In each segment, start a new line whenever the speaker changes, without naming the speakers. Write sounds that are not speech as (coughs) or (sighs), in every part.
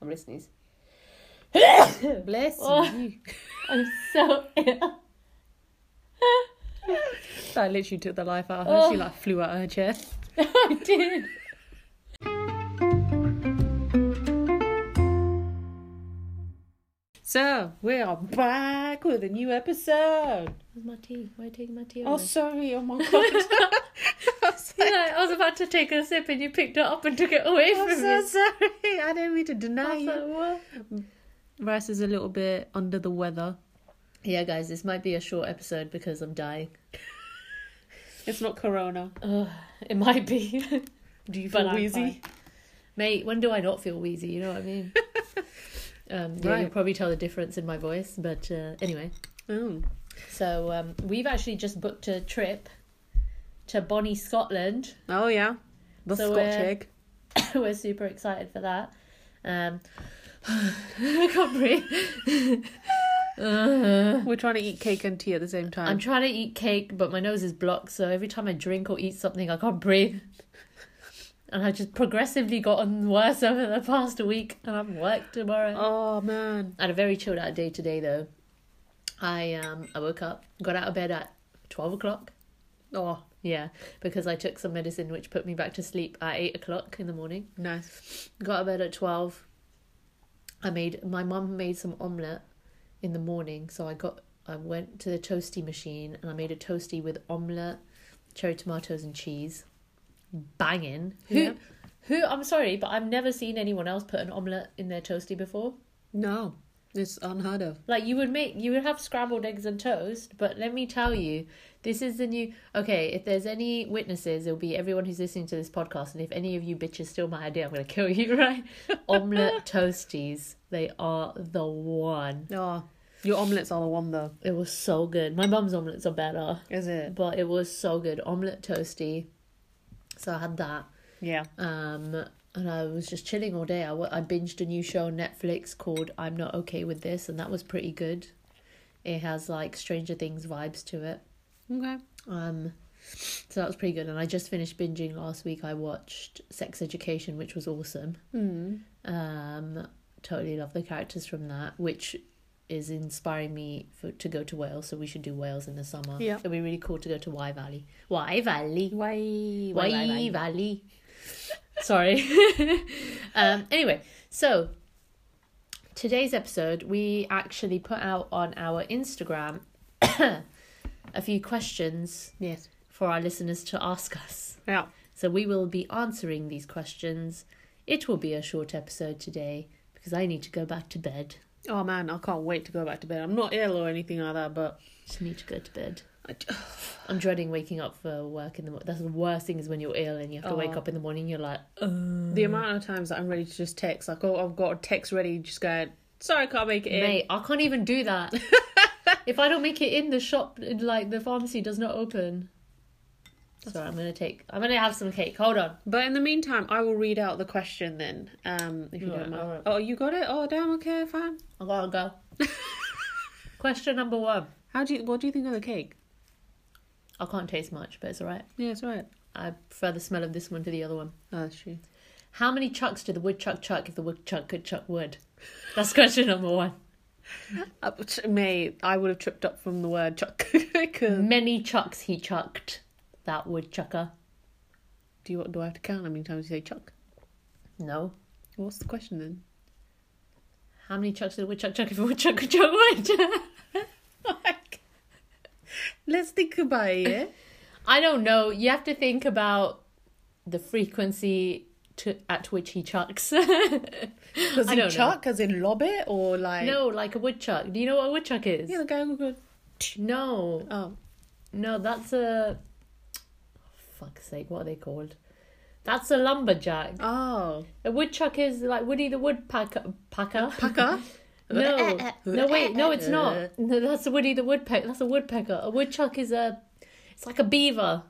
I'm gonna sneeze. (coughs) Bless
Oh.
you.
I'm so ill. (laughs)
That literally took the life out of her. She
Oh.
like flew out of her chair.
I did.
So we are back with a new episode.
Where's my tea? Why are you taking my tea? (laughs)
Oh,
away?
sorry. Oh my
(laughs)
god. I'm so,
You know, I was about to take a sip and you picked it up and took it away
I'm
from
so
me.
sorry. I don't mean to
I
deny
was
you.
like, what?
Rice is a little bit under the weather. Yeah, guys, this might be a short episode because I'm dying. it's not corona.
Ugh, it might be. (laughs)
Do you
But
feel
I'm
wheezy?
fine. Mate, when do I not feel wheezy? You know what I (laughs) mean? um, yeah,
Right.
you'll probably tell the difference in my voice. But uh, anyway,
Mm.
so um, we've actually just booked a trip to Bonnie, Scotland.
Oh yeah, the
So,
Scotch
uh,
egg.
(laughs) We're super excited for that. Um, (sighs) I can't breathe. Ugh.
We're trying to eat cake and tea at the same time.
I'm trying to eat cake, but my nose is blocked, so every time I drink or eat something, I can't breathe. (laughs) And I've just progressively gotten worse over the past week, and I'm work tomorrow.
oh man.
I had a very chilled out day today, though. I um I woke up, got out of bed at twelve o'clock.
Oh,
Yeah, because I took some medicine which put me back to sleep at eight o'clock in the morning.
nice.
Got out of bed at twelve. I made my mum made some omelette in the morning, so I got I went to the toasty machine and I made a toasty with omelette, cherry tomatoes and cheese. Banging. Who
Yeah.
who I'm sorry, but I've never seen anyone else put an omelette in their toasty before.
No, it's unheard of.
Like you would make you would have scrambled eggs and toast, but let me tell you, this is the new okay, if there's any witnesses, it'll be everyone who's listening to this podcast, and if any of you bitches steal my idea, I'm gonna kill you, (laughs) right? Omelette toasties. They are the one.
Oh, your omelets are the one though,
It was so good. My mum's omelettes are better.
is it?
But it was so good. Omelette toasty. So I had that.
Yeah.
Um and I was just chilling all day. I, wa- I binged a new show on Netflix called I'm Not Okay With This, and that was pretty good. It has like Stranger Things vibes to it.
Okay.
Um, so that was pretty good. And I just finished binging last week. I watched Sex Education, which was awesome.
Mm.
Um, totally love the characters from that, which is inspiring me for, to go to Wales. So we should do Wales in the summer.
Yeah.
It'd be really cool to go to Wye Valley. Wye Valley.
Why?
Why Valley. (laughs) Sorry. (laughs) um, anyway, so today's episode, we actually put out on our Instagram (coughs) a few questions
Yes.
for our listeners to ask us.
Yeah.
So we will be answering these questions. It will be a short episode today because I need to go back to bed.
Oh man, I can't wait to go back to bed. I'm not ill or anything like that, but
Just need to go to bed.
I d-
I'm dreading waking up for work in the morning. That's the worst thing is when you're ill and you have to wake
Oh.
up in the morning. You're like,
the amount of times that I'm ready to just text, like, oh, I've got a text ready, just going, sorry, I can't make it in.
Mate, I can't even do that. if I don't make it in the shop, like the pharmacy does not open. So I'm gonna take. I'm gonna have some cake. Hold on.
But in the meantime, I will read out the question then, um, if you
Alright,
don't mind.
alright.
Oh, you got it? Oh, damn, okay, fine.
I gotta go. Question number one.
How do you, what do you think of the cake?
I can't taste much, but it's alright.
Yeah, it's right.
I prefer the smell of this one to the other one.
Oh, that's true.
How many chucks did the woodchuck chuck if the woodchuck could chuck wood? That's question number one.
Uh, t- mate, I would have tripped up from the word chuck. (laughs) 'Cause-
Many chucks he chucked. That woodchucker.
do you do I have to count how many times you say chuck?
No.
What's the question then?
How many chucks did a woodchuck chuck if a woodchuck could chuck wood? (laughs)
(laughs) Like, let's think about it. eh? yeah?
I don't know. You have to think about the frequency to, at which he chucks. (laughs)
Does
(laughs) I
he
don't know.
chuck? As in lob it or like?
no, like a woodchuck. Do you know what a woodchuck is?
Yeah, the guy who goes.
No,
Oh,
no, that's a. Fuck's sake, what are they called? That's a lumberjack.
oh,
A woodchuck is like Woody the woodpecker. Packer.
pucker.
(laughs) No, no, wait, no,
(laughs)
it's not. No, that's a Woody the woodpecker. That's a woodpecker. A woodchuck is a. It's like a beaver.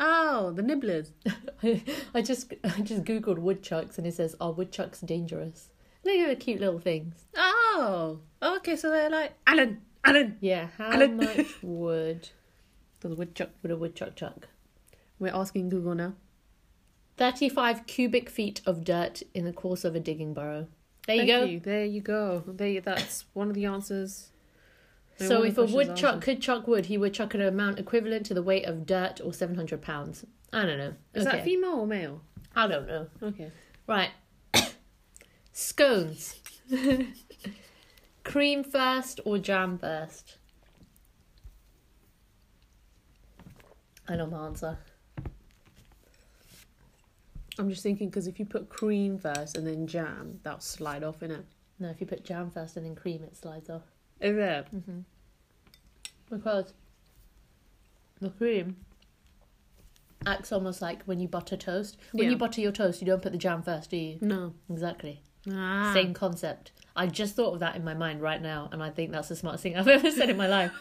Oh, the nibblers.
(laughs) I just I just googled woodchucks and it says are woodchucks dangerous? They're cute little things.
Oh, okay, so they're like Alan, Alan.
Yeah, how
Alan- (laughs)
much wood
So the woodchuck.
would a woodchuck chuck?
We're asking Google now.
Thirty-five cubic feet of dirt in the course of a digging burrow. There you
Thank
go.
There you go. There you, that's one of the answers. No
So
wonder
if a
questions
woodchuck
answered.
could chuck wood, he would chuck an amount equivalent to the weight of dirt or 700 pounds. I don't know.
is
okay.
that female or male?
I don't know.
Okay.
Right. (coughs) Scones. Cream first or jam first? I know my answer.
I'm just thinking because if you put cream first and then jam, that'll slide off in it.
No, if you put jam first and then cream, it slides off.
Is it?
Because the cream acts almost like when you butter toast. When
Yeah.
you butter your toast, you don't put the jam first, do you?
No.
Exactly.
Ah.
Same concept. I just thought of that in my mind right now, and I think that's the smartest thing (laughs) I've ever said in my life.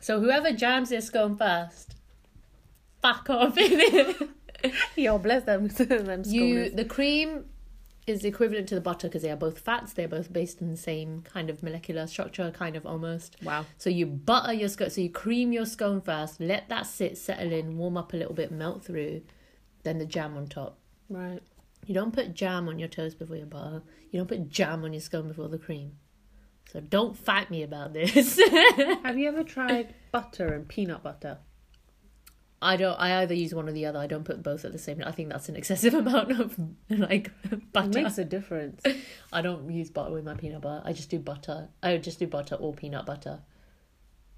So whoever jams their scone first, fuck off (laughs) in it.
(laughs) Yo, bless them. (laughs) them
You,
scorners.
the cream is equivalent to the butter because they are both fats. They're both based on the same kind of molecular structure, kind of almost.
Wow.
So you butter your scone, so you cream your scone first, let that sit, settle in, warm up a little bit, melt through, then the jam on top.
Right.
You don't put jam on your toast before your butter. You don't put jam on your scone before the cream. So don't fight me about this. (laughs)
Have you ever tried butter and peanut butter?
I don't. I either use one or the other. I don't put both at the same. I think that's an excessive (laughs) amount of
(laughs)
like butter.
It makes a difference.
I don't use butter with my peanut butter. I just do butter. I would just do butter or peanut butter.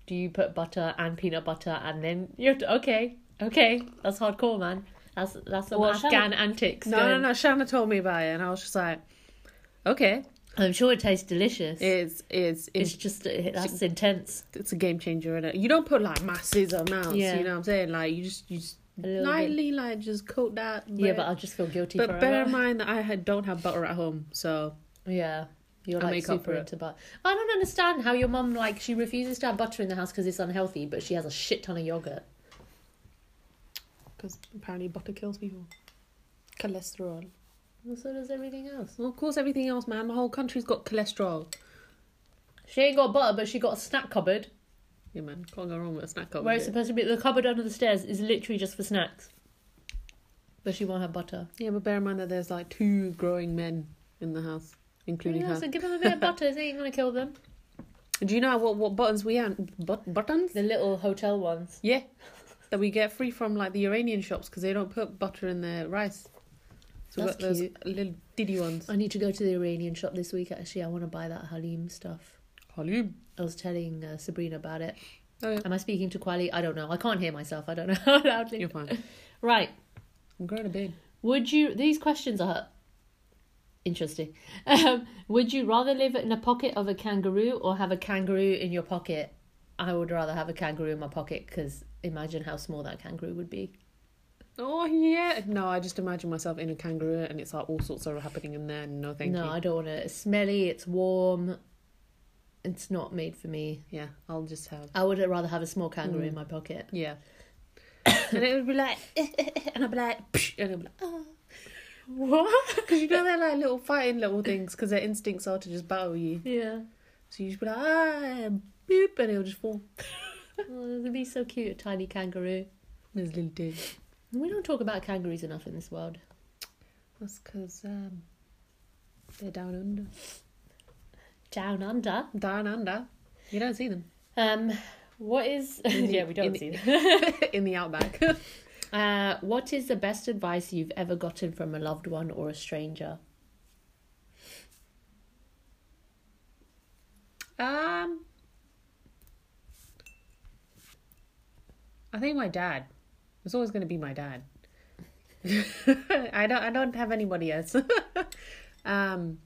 Do you put butter and peanut butter and then you're okay? Okay, that's hardcore, man. That's that's some
Well,
Afghan antics.
no, no,
going-
no. Shanna told me about it, and I was just like, okay,
I'm sure it tastes delicious.
it's it's it's
it's just that's intense.
it's a game changer in it. You don't put like massive amounts.
Yeah.
You know what I'm saying? Like you just you just
A little bit.
lightly like just coat that.
Yeah,
bread.
but I just feel guilty
but
forever.
bear in mind that I had, don't have butter at home, so
Yeah. You're
I
like
make up
super
for it.
into butter. I don't understand how your mum like she refuses to have butter in the house because it's unhealthy, but she has a shit ton of yogurt.
because apparently butter kills people. Cholesterol.
And so does everything else.
Well, of course, everything else, man. My whole country's got cholesterol.
She ain't got butter, but she got a snack cupboard.
Yeah, man. Can't go wrong with a snack cupboard.
Where it's supposed to be the cupboard under the stairs is literally just for snacks. But she won't have butter.
Yeah, but bear in mind that there's like two growing men in the house, including
Yeah,
her.
so give them a bit of butter, it ain't gonna kill
(laughs)
them.
Do you know what what buttons we have? But- buttons?
The little hotel ones.
Yeah, that we get free from like the Iranian shops because they don't put butter in their rice. So we
That's
got those little diddy ones.
I need to go to the Iranian shop this week actually. I wanna buy that Halim stuff.
Halim.
I was telling uh, Sabrina about it.
Oh, yeah.
Am I speaking to Quali? I don't know. I can't hear myself. I don't know (laughs) how loudly.
You're fine.
Right.
I'm growing a beard.
Would you? These questions are interesting. (laughs) Um, would you rather live in a pocket of a kangaroo or have a kangaroo in your pocket? I would rather have a kangaroo in my pocket because imagine how small that kangaroo would be.
Oh yeah. No, I just imagine myself in a kangaroo and it's like all sorts are happening in there. No, thank
no,
you.
I don't want to. It's smelly. It's warm. It's not made for me.
Yeah, I'll just have.
I would rather have a small kangaroo
Hmm.
in my pocket.
Yeah. (coughs) and it would be like, (laughs) and I'd be like, and I'd (laughs) be like,
What?
because you know they're like little fighting little things because their instincts are to just battle you.
Yeah.
So you just be like, ah, boop, and it'll just fall.
Oh, it'd be so cute, a tiny kangaroo.
There's little dude.
We don't talk about kangaroos enough in this world.
That's because um, they're down under.
Down under.
Down under. You don't see them (laughs)
Um, what is? (laughs) yeah, we
in
don't
the-
see that.
in the outback.
(laughs)
(laughs)
Uh, what is the best advice you've ever gotten from a loved one or a stranger?
um, I think my dad. It's always going to be my dad. (laughs) I don't. I don't have anybody else. (laughs) um,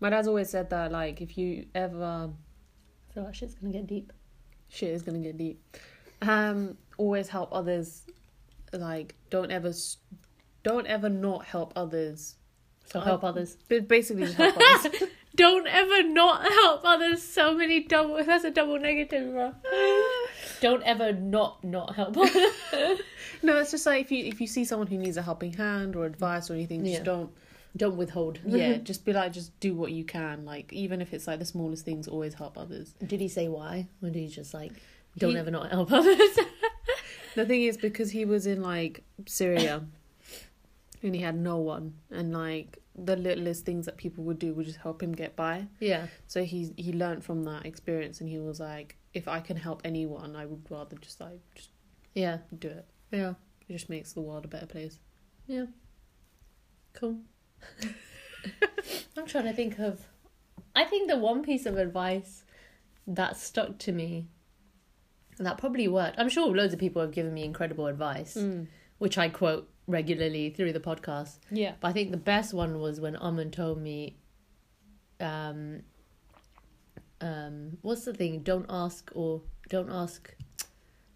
my dad's always said that like if you ever
I feel like shit's gonna get deep.
shit is gonna get deep. Um, always help others. Like, don't ever, s- don't ever not help others.
So
I-
help (laughs) others.
But basically, just help
(laughs) Ah!
others.
Don't ever not help others. So many double. (laughs) That's a double negative, (laughs) bro. Don't ever not not (laughs) help others.
no, it's just like if you if you see someone who needs a helping hand or advice or anything, just
Yeah.
don't.
Don't withhold.
Yeah, just be like, just do what you can. Like, even if it's like the smallest things, always help others.
Did he say why, or did he just like don't
He-
ever not help others? (laughs)
The thing is, because he was in like Syria, and he had no one, and like the littlest things that people would do would just help him get by.
Yeah.
So he he learned from that experience, and he was like, if I can help anyone, I would rather just like just
Yeah.
do it.
Yeah.
It just makes the world a better place.
Yeah. Cool. (laughs) I'm trying to think of. I think the one piece of advice that stuck to me, and that probably worked. I'm sure loads of people have given me incredible advice,
Mm.
which I quote regularly through the podcast.
Yeah.
But I think the best one was when Amun told me, um, um, what's the thing? Don't ask or don't ask.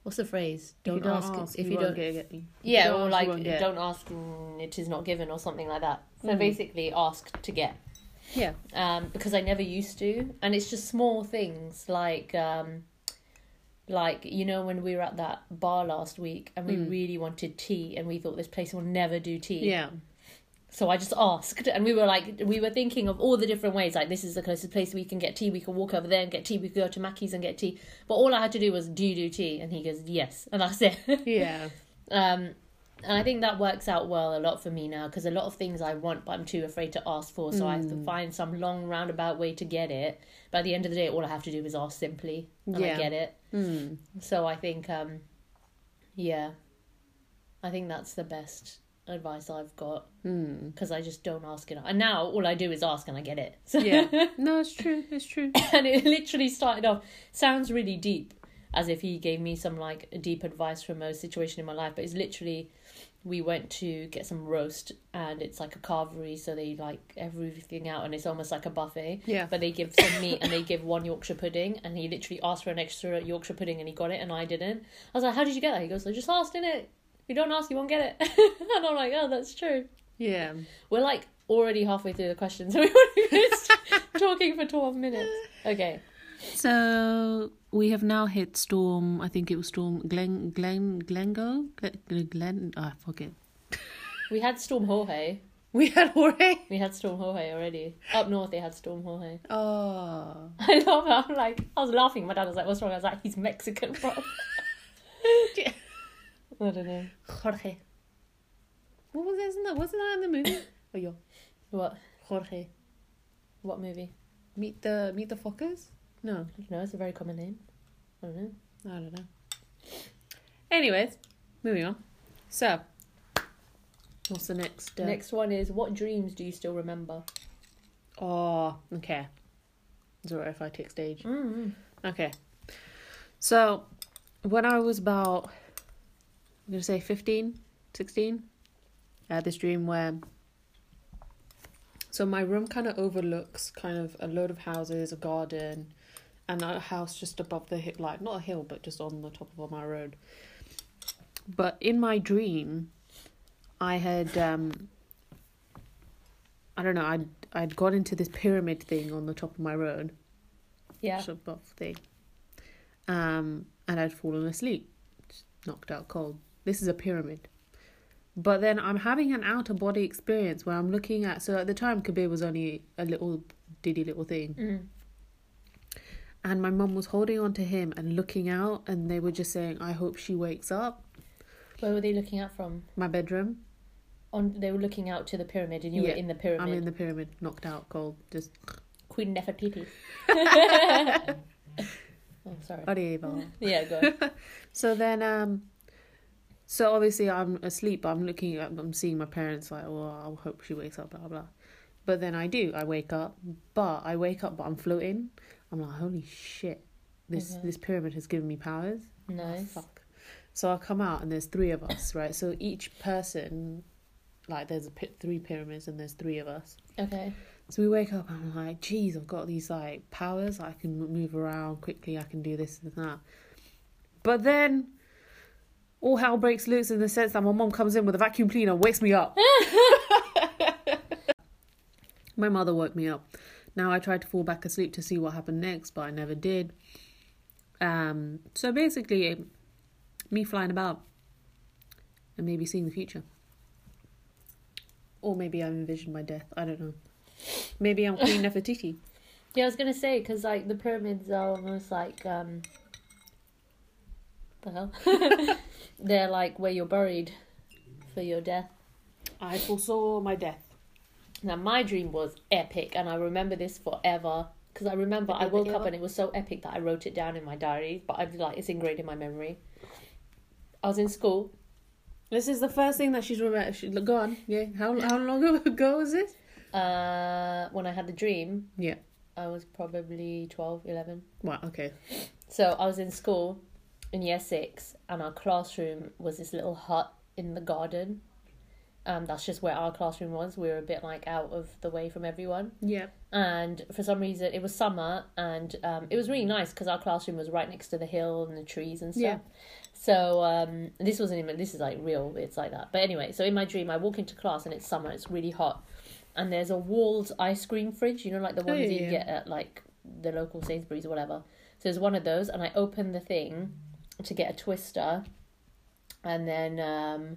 What's the phrase? Don't, ask, if you,
won't
don't.
get, get you.
Yeah,
Don't
or
ask,
like
you won't get.
don't ask, mm, it is not given, or something like that. So
Mm.
basically, ask to get.
Yeah.
Um, because I never used to, and it's just small things like, um, like you know when we were at that bar last week and we
Mm.
really wanted tea, and we thought this place will never do tea.
Yeah.
So I just asked, and we were like, we were thinking of all the different ways. Like, this is the closest place we can get tea. We can walk over there and get tea. We could go to Mackey's and get tea. But all I had to do was, do you do tea? And he goes, yes, and that's it.
(laughs)
(laughs)
Yeah.
Um, and I think that works out well a lot for me now because a lot of things I want, but I'm too afraid to ask for. So I have
Mm.
to find some long roundabout way to get it. But at the end of the day, all I have to do is ask simply, and I
Yeah.
get it.
Mm.
So I think, um, yeah, I think that's the best advice I've got (laughs)
Mm.
because I just don't ask enough. And now all I do is ask and I get it. (laughs) So
Yeah. no, it's true. It's true.
(laughs) and it literally started off sounds really deep as if he gave me some like deep advice from a situation in my life but it's literally we went to get some roast and it's like a carvery so they like everything out and it's almost like a buffet
Yeah.
but they give some meat and they give one yorkshire pudding and he literally asked for an extra yorkshire pudding and he got it and i didn't i was like how did you get that he goes i just asked in it you don't ask you won't get it (laughs) and i'm like oh that's true
Yeah.
we're like already halfway through the question so we (laughs) were just talking for 12 minutes okay
So we have now hit storm. I think it was storm Glen Glen Glengo Glen. Glen oh, I forget.
We had Storm Jorge.
We had Jorge.
We had Storm Jorge already. Up north, they had Storm Jorge. (laughs)
Oh,
I love it. I'm like, I was laughing. My dad was like, what's wrong? I was like, he's Mexican, bro. (laughs) I don't know. Jorge.
what was that? Isn't that wasn't that in the movie? oh, yo,
What?
Jorge.
What movie?
Meet the meet the fuckers. No,
I don't know. It's a very common name. I don't know.
I don't know. Anyways, moving on. So, what's the next? Uh,
Next one is, what dreams do you still remember?
Oh, okay. It's alright if I take stage.
Mm-hmm.
Okay. So, when I was about, I'm going to say 15, 16, I had this dream where. So, my room kind of overlooks kind of a load of houses, a garden, and a house just above the hill, like not a hill, but just on the top of my road. But in my dream, I had, um, I don't know, I'd, I'd got into this pyramid thing on the top of my road
Yeah.
sort of thing. Um, and I'd fallen asleep, just knocked out cold. This is a pyramid. But then I'm having an outer body experience where I'm looking at. So at the time, Kabir was only a little diddy little thing,
Mm.
and my mum was holding on to him and looking out, and they were just saying, "I hope she wakes up."
Where were they looking out from?
My bedroom.
On They were looking out to the pyramid and you
Yeah.
were in the pyramid.
I'm in the pyramid, knocked out cold. Just (laughs)
Queen Nefertiti. (laughs) oh, sorry.
arriba.
Yeah, go on.
So then, um, so obviously I'm asleep, but I'm looking, I'm I'm seeing my parents like, well, I hope she wakes up, blah, blah. But then I do, I wake up, but I wake up, but I'm floating. I'm like, holy shit, this,
Mhm.
this pyramid has given me powers. Ah,
Nice.
Fuck. So I come out and there's three of us, right? So each person, like there's a pi three pyramids and there's three of us.
Okay.
So we wake up and I'm like, geez, I've got these like powers. I can m- move around quickly. I can do this and that. But then all hell breaks loose in the sense that my mom comes in with a vacuum cleaner, and wakes me up. my mother woke me up. Now I tried to fall back asleep to see what happened next, but I never did. Um, so basically, me flying about and maybe seeing the future. Or maybe I envisioned my death. I don't know. Maybe I'm Queen Nefertiti.
Yeah, I was gonna say because like the pyramids are almost like um, the hell, (laughs) they're like where you're buried for your death.
I foresaw my death.
Now my dream was epic, and I remember this forever because I remember I
Epic,
woke
epic.
up and it was so epic that I wrote it down in my diary. But I'm like, it's ingrained in my memory. I was in school.
This is the first thing that she's remembered. She, look, go on. Yeah. How how long ago was this?
Uh, when I had the dream,
Yeah.
I was probably 12, 11.
Wow. Okay.
So I was in school in year six, and our classroom was this little hut in the garden. Um, that's just where our classroom was. We were a bit like out of the way from everyone.
Yeah.
And for some reason, it was summer, and um, it was really nice because our classroom was right next to the hill and the trees and stuff.
Yeah.
So um, this wasn't even this is like real. It's like that. But anyway, so in my dream, I walk into class and it's summer. It's really hot, and there's a Walls ice cream fridge. You know, like the ones
yeah,
that you
yeah.
get at like the local Sainsbury's or whatever. So there's one of those, and I open the thing to get a twister, and then um,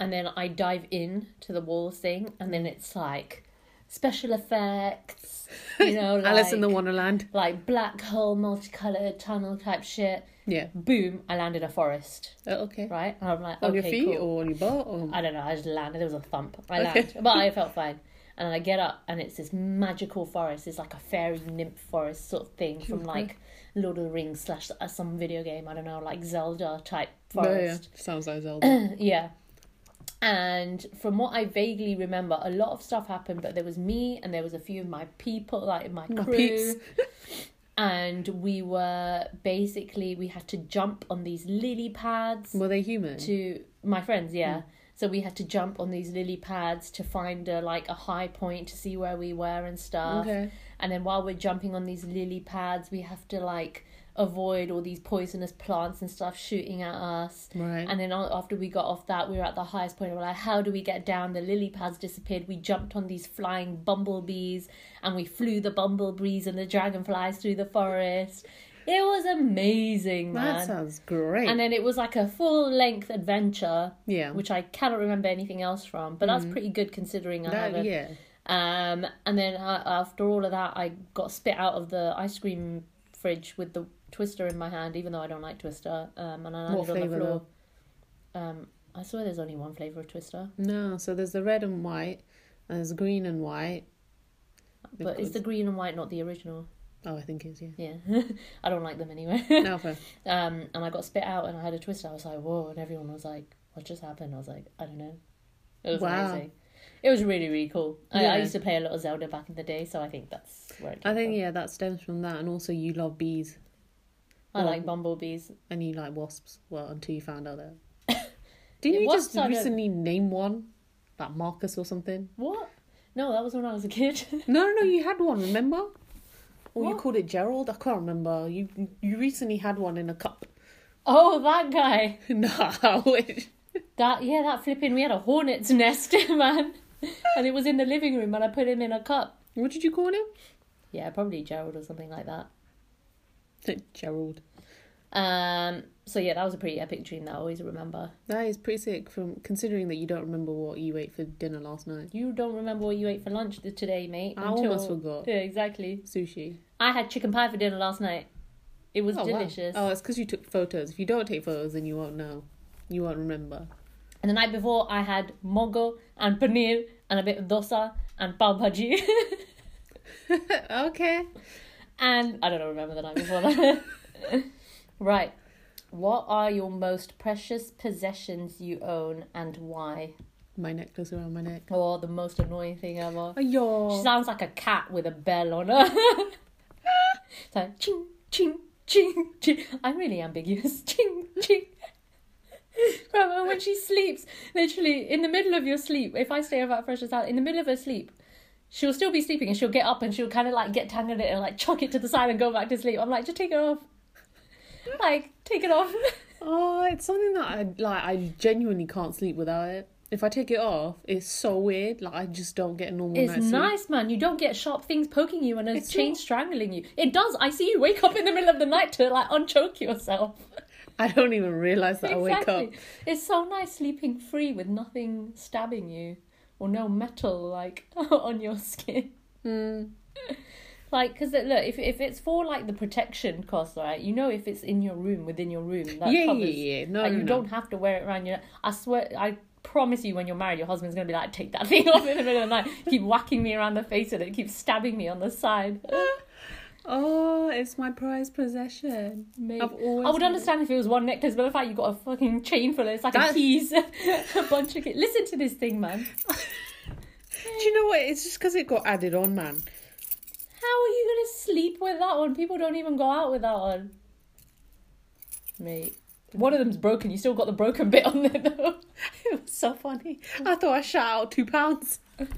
and then I dive in to the Walls thing, and then it's like special effects. You know, Oh,
(laughs)
like,
Alice in the Wonderland.
like black hole, multicolored tunnel type shit.
Yeah.
Boom! I land in a forest
Oh, okay.
right? And I'm like,
On
okay,
your feet
cool.
or on your butt or
I don't know. I just landed. There was a thump. I
Okay.
landed, but I felt fine. And I get up, and it's this magical forest. It's like a fairy nymph forest sort of thing from like Lord of the Rings slash uh, some video game. I don't know, like Zelda type
Oh, yeah.
forest.
Sounds like
(clears throat)
Zelda.
yeah. And from what I vaguely remember, a lot of stuff happened, but there was me and there was a few of my people, like my crew
My peeps.
(laughs) and we were basically we had to jump on these lily pads
Were they human?
to my friends yeah
Mm.
so we had to jump on these lily pads to find a like a high point to see where we were and stuff
Okay.
and then while we're jumping on these lily pads we have to like avoid all these poisonous plants and stuff shooting at us
Right.
and then a- after we got off that, we were at the highest point. We We're like, how do we get down? The lily pads disappeared. We jumped on these flying bumblebees and we flew the bumblebees and the dragonflies through the forest. It was amazing,
that
man.
sounds great.
and then it was like a full length adventure,
yeah.
which I cannot remember anything else from, but that's pretty good considering I
Mm-hmm. that,
haven't.
yeah.
Um, and then uh, after all of that, I got spit out of the ice cream fridge with the twister in my hand, even though I don't like twister. Um, and I landed
What
on the
flavour,
floor. Um, I swear there's only one flavor of twister,
No, so there's the red and white, and there's green and white. They've
but
got-
is the green and white not the original?
Oh, I think it's yeah.
Yeah, (laughs) I don't like them anyway. (laughs)
No, fair.
um, and I got spit out, and I had a twister. I was like, whoa! And everyone was like, what just happened? I was like, I don't know. It was
Wow.
amazing. It was really really cool. I, I
Yeah.
used to play a lot of Zelda back in the day, so I think that's where it came
I think
from.
yeah, that stems from that, and also you love bees
I
um,
like bumblebees.
and you like wasps. Well, until you found out that. (laughs) Didn't
Yeah,
you
wasps
just
I don't-
recently name one, like Marcus or something?
What? No, that was when I was a kid. (laughs)
No, no, you had one. Remember? Or you
What?
called it Gerald? I can't remember. You you recently had one in a cup. (laughs)
oh, that guy.
nah, I wish.
That yeah, that flipping. We had a hornet's nest, (laughs) man, and it was in the living room, and I put him in a cup.
What did you call him?
Yeah, probably Gerald or something like that.
(laughs) Gerald.
Um. So yeah, that was a pretty epic dream that I always remember.
That is pretty sick. From considering that you don't remember what you ate for dinner last night.
You don't remember what you ate for lunch th- today, mate?
I almost forgot.
Yeah, exactly.
Sushi.
I had chicken pie for dinner last night. It was
Oh, wow.
delicious.
Oh, it's because you took photos. If you don't take photos, then you won't know. You won't remember. (laughs)
And the night before, I had mogo and paneer and a bit of dosa and pav bhaji. (laughs)
okay.
And I don't know, remember the night before that. right. What are your most precious possessions you own and why?
My necklace around my neck.
Or the most annoying thing ever. She
Ayo.
sounds like a cat with a bell on her. (laughs) it's like ching, ching, ching, ching. I'm really ambiguous. (laughs) Ching, ching. Right, when she sleeps, literally in the middle of your sleep, if I stay over at Fresh's house, in the middle of her sleep, she'll still be sleeping and she'll get up and she'll kind of like get tangled in it and like chuck it to the side and go back to sleep. I'm like, just take it off. Like, take it off.
Oh, it's something that I like. I genuinely can't sleep without it. If I take it off, it's so weird. Like I just don't get a normal
It's
night's sleep.
nice, man. You don't get sharp things poking you and a
It's
chain
not-
strangling you. It does. I see you wake up in the middle of the night to like unchoke yourself.
I don't even realize that I wake up.
It's so nice sleeping free with nothing stabbing you or no metal like (laughs) on your skin.
Mm.
Like, cause it, look, if if it's for like the protection cost, right? You know, if it's in your room, within your room,
Yeah,
that
yeah,
covers.
yeah. No,
like,
no,
you
no.
don't have to wear it around your. I swear, I promise you, when you're married, your husband's gonna be like, take that thing off in the middle of the night, keep whacking me around the face with it, keep stabbing me on the side.
Oh, it's my prized possession.
Mate.
I've always
I would
had
understand if it was one necklace, but the fact you got a fucking chain full, it's like a
That's-
keys, (laughs) a bunch of keys. Listen to this thing, man.
it. Do you know what? It's just because it got added on, man. (laughs)
How are you gonna sleep with that one? People don't even go out with that one. Mate. One of them's broken. You still got the broken bit on there though.
It was so funny. I thought I shot out two pounds. (laughs)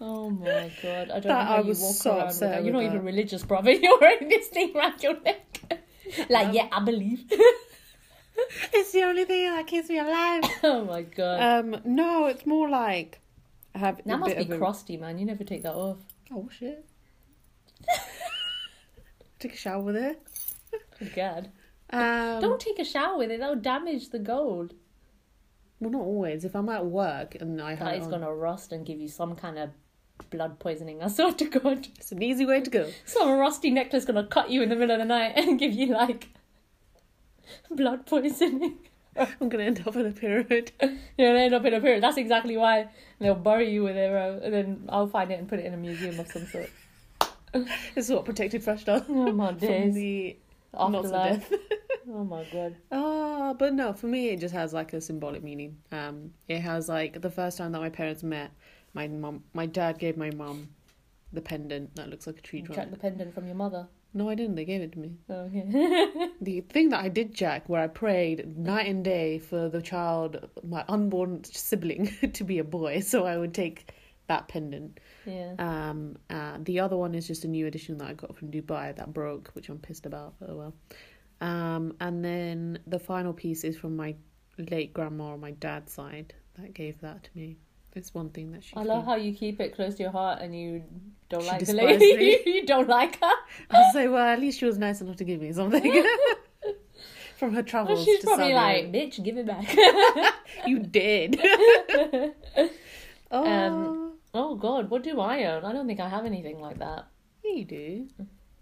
Oh my god! I don't know
That-
how
I
you
was
walk
so
around. With
upset
that. You're
with
not even
that.
religious, brother. (laughs) You're wearing this thing around your neck. (laughs) like
Um,
yeah, I believe. (laughs)
It's the only thing that keeps me
(laughs)
alive.
oh my god!
um, no, it's more like I have a
that must
bit
be
of a-
crusty, man. You never take that off.
Oh shit! (laughs) Took a shower with it.
Good God!
Um,
don't take a shower with it. That'll damage the gold.
Well, not always. If I'm at work and I have
That
it
is
on,
gonna rust and give you some kind of blood poisoning. I swear to God. (laughs)
it's an easy way to go. (laughs)
Some rusty necklace gonna cut you in the middle of the night and give you like (laughs) blood poisoning. (laughs)
I'm gonna end up in a pyramid.
You're gonna end up in a period. That's exactly why they'll bury you with it, bro. And then I'll find it and put it in a museum of
(laughs)
some sort.
It's what protected fresh does.
Oh
(laughs)
my
From
days.
the knots of (laughs)
Afterlife.
death.
Oh my god.
Oh, but no, for me it just has like a symbolic meaning. Um, it has like the first time that my parents met, my mum, my dad gave my mum the pendant that looks like a tree
You
trunk.
track the pendant from your mother.
No, I didn't. They gave it to me.
Okay. (laughs)
The thing that I did, Jack, where I prayed night and day for the child, my unborn sibling, (laughs) to be a boy, so I would take that pendant.
yeah.
Um, uh, the other one is just a new edition that I got from Dubai that broke, which I'm pissed about. but Oh well. Um, and then the final piece is from my late grandma on my dad's side that gave that to me. It's one thing that she.
I
(laughs)
love
gave-
how you keep it close to your heart and you don't
She
like the
despised
lady. (laughs) you don't like her.
I'll say, well, at least she was nice enough to give me
(laughs)
something (laughs) from her
Well,
travels.
she's
to
probably
Saudi
like,
Arabia.
bitch, give it back. (laughs)
you did. oh,
Um, oh god, what do I own? I don't think I have anything like that.
yeah, you do.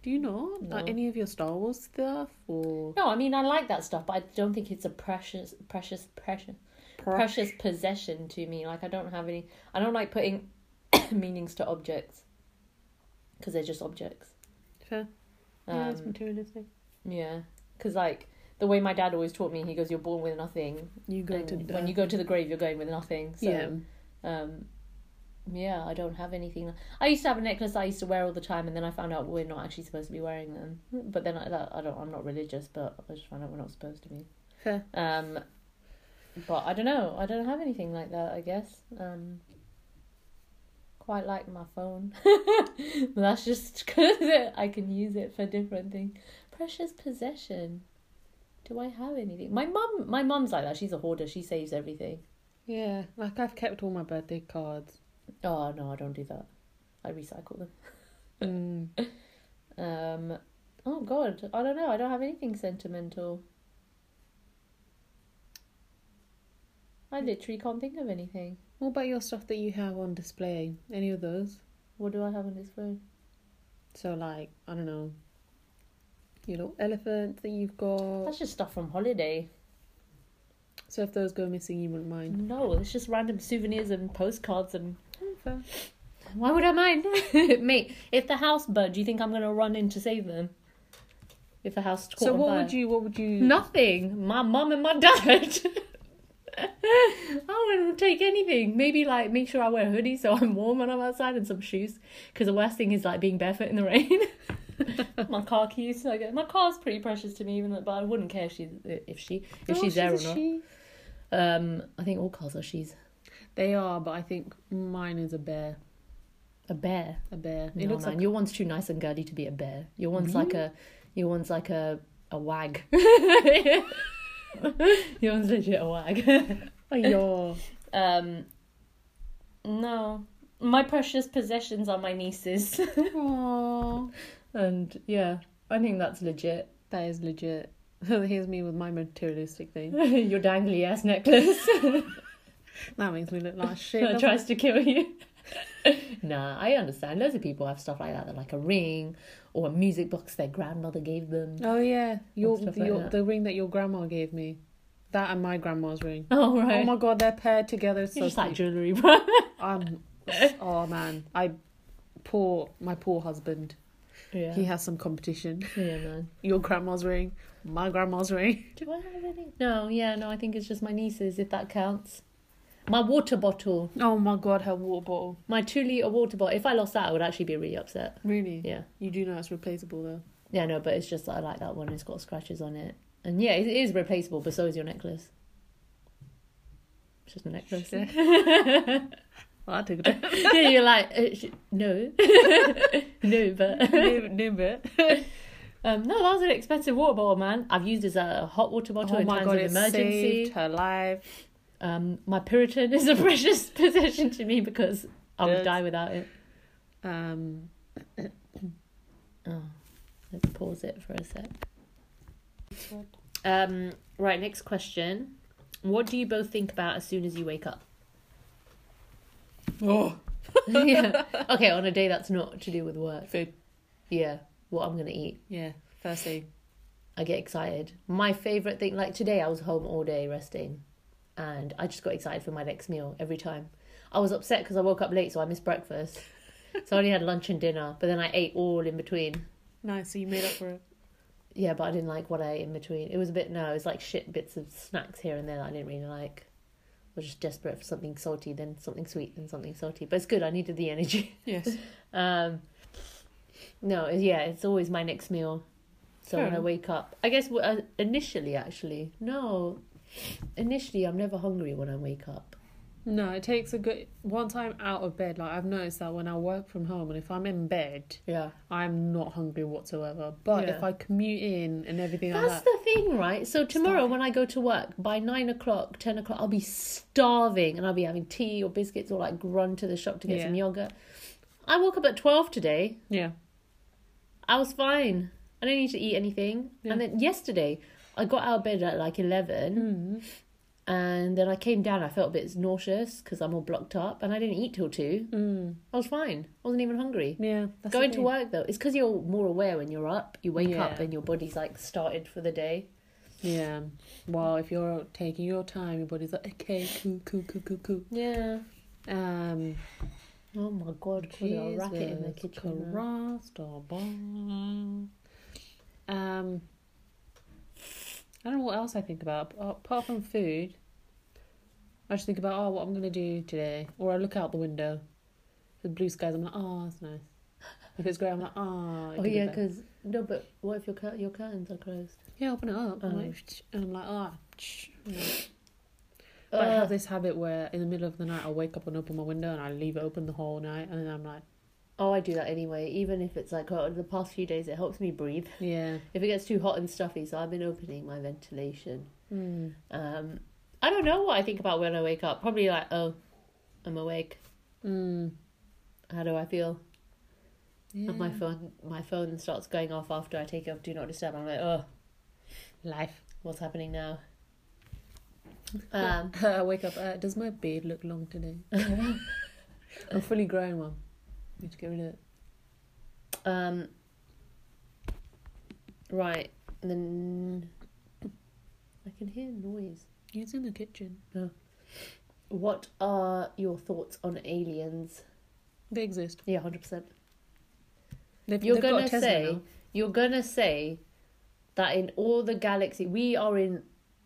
Do you not like
No.
any of your Star Wars stuff or
No, I mean I like that stuff, but I don't think it's a precious, precious, precious, precious possession to me. Like I don't have any. I don't like putting (coughs) meanings to objects because they're just objects.
Fair. Yeah, it's
Um,
materialistic.
yeah, because like the way my dad always taught me, he goes, "You're born with nothing.
You go to
and
the-
when you go to the grave, you're going with nothing." So,
yeah.
Um, yeah, I don't have anything. I used to have a necklace I used to wear all the time, and then I found out we're not actually supposed to be wearing them. But then I, that, I don't. I'm not religious, but I just found out we're not supposed to be.
Fair.
Um, but I don't know. I don't have anything like that. I guess. Um, quite like my phone. (laughs) but that's just because I can use it for different things. Precious possession. Do I have anything? My mum. My mum's like that. She's a hoarder. She saves everything.
Yeah, like I've kept all my birthday cards.
Oh no, I don't do that. I recycle them.
Mm.
Um, oh god, I don't know. I don't have anything sentimental.
Hmm.
I literally can't think of anything.
What about your stuff that you have on display? Any of those?
What do I have on this phone?
So like, I don't know, your little elephant that you've got.
That's just stuff from holiday.
So if those go missing, you wouldn't mind.
No, it's just random souvenirs and postcards and.
Fair.
Why would I mind, (laughs) mate? If the house burned, do you think I'm gonna run in to save them? If the house caught
So
on
what
fire?
would you? What would you?
Nothing. My mum and my (laughs) dad. I wouldn't take anything. Maybe like make sure I wear a hoodie so I'm warm when I'm outside and some shoes. Because the worst thing is like being barefoot in the rain. (laughs) my car keys. I go, my car's pretty precious to me, even though, but I wouldn't care if she if she if
Oh,
she's there
she's
or
a
not.
she.
Um, I think all cars are she's
They are, but I think mine is a bear.
a bear.
A bear.
No,
it looks (laughs)
man,
like
your one's too nice and girly to be a bear. Your one's like a, your one's like a
(laughs)
a wag. (laughs) your one's legit a wag.
oh, your.
Um, no, my precious possessions are my nieces, (laughs)
Aww,
and yeah, I think that's legit. (laughs)
that is legit. Here's me with my materialistic thing.
Your dangly ass necklace (laughs)
That makes me look like shit.
that
doesn't it?
tries to kill you. (laughs) nah, I understand. Loads of people have stuff like that. They're like a ring or a music box their grandmother gave them.
(laughs)
(laughs)
Oh yeah, your
stuff like
your
that.
the ring that your grandma gave me. That and my grandma's ring.
Oh (laughs) right.
Oh my god, they're paired together. It's
You're
so
just like (laughs)
cute.
jewelry, bro.
Um, oh man, I poor my poor husband.
yeah.
He
yeah.
has some competition. (laughs)
man.
Your grandma's ring, my grandma's ring. (laughs)
Do I have any? No. Yeah. No. I think it's just my nieces, if that counts. My water bottle,
Oh my god, her water bottle.
my two liter water bottle. If I lost that, I would actually be really upset.
Really?
Yeah.
You do know it's replaceable though.
Yeah. No. But it's just that I like that one. It's got scratches on it, and yeah, it is replaceable. But so is your necklace. It's just a necklace.
Well, I took it.
(laughs) yeah, you're like, uh, sh- no, (laughs) no,
(laughs)
but
new, new
(laughs)
bit.
um, no, that was an expensive water bottle, man. I've used as a hot water bottle
Oh
in
my
times
god,
of
it
emergency.
saved her life.
Um, my Puritan (laughs) is a precious possession to me because I would
Yes.
die without it.
Um,
Oh, let's pause it for a sec. Um, right, next question. What do you both think about as soon as you wake up? (laughs)
oh,
yeah. Okay, on a day that's not to do with work.
food.
Yeah, what I'm gonna eat.
Yeah, thirsty.
I get excited. My favorite thing, like today, I was home all day resting, and I just got excited for my next meal every time. I was upset because I woke up late, so I missed breakfast. so I only had lunch and dinner, but then I ate all in between.
Nice. So you made up for it.
Yeah, but I didn't like what I ate in between. It was a bit no, it was like shit bits of snacks here and there that I didn't really like. I was just desperate for something salty, then something sweet, then something salty. But it's good. I needed the energy. (laughs)
Yes.
Um, no, yeah, it's always my next meal. So
Fair
when I
enough.
wake up, I guess uh, initially, actually, no, initially I'm never hungry when I wake up.
(laughs) No, it takes a good. Once I'm out of bed, like I've noticed that when I work from home and if I'm in bed,
Yeah,
I'm not hungry whatsoever. But
Yeah.
if I commute in and everything
that's
like
the thing, right? So tomorrow when I go to work by nine o'clock, ten o'clock, I'll be starving and I'll be having tea or biscuits or like run to the shop to get
Yeah.
some yogurt. I woke up at twelve today.
that, yeah,
I was fine. I didn't need to eat anything.
Yeah.
And then yesterday, I got out of bed at like 11
Mm-hmm,
and then I came down. I felt a bit nauseous because I'm all blocked up and I didn't eat till two.
mm.
I was fine. I wasn't even hungry.
yeah. That's
Going
the
to
thing.
work though, it's because you're more aware when you're up. You wake up
Yeah.
and your body's like started for the day.
Yeah. Well, if you're taking your time, your body's like, okay, cool, cool, cool, cool, cool.
Yeah.
Um,
Oh my god, Claudia, I'll rack it in the
Jesus
kitchen. now.
Christ, oh, boy. Um, I don't know what else Um, I think about. Ap- Apart from food, I just think about, oh, what I'm going to do today. Or I look out the window, the blue skies, I'm like, oh, that's nice. If it's grey, I'm like, oh, it
Oh
could be
yeah,
better."
because no, but what if your cur- your curtains are closed?
yeah, open it up. I'm
Oh. Uh.
like, "Sh-" and I'm like, oh, But I have this habit where in the middle of the night I'll wake up and open my window and I leave it open the whole night and then I'm like,
Oh, I do that anyway. Even if it's like oh, the past few days, it helps me breathe.
yeah.
If it gets too hot and stuffy, so I've been opening my ventilation.
Mm.
Um, I don't know what I think about when I wake up. Probably like, oh, I'm awake.
Mm.
How do I feel?
Yeah.
And my phone, my phone starts going off after I take off Do Not Disturb. I'm like, oh,
Life.
what's happening now? Um,
(laughs) I wake up. Uh, does my beard look long today? (laughs) I'm fully grown one. Need to get rid of it.
um, right. And then I can hear noise.
It's in the kitchen.
What are your thoughts on aliens?
They exist.
Yeah, hundred percent.
They've,
You're
they've got a
gonna
Tesla
say
now.
you're gonna say that in all the galaxy we are in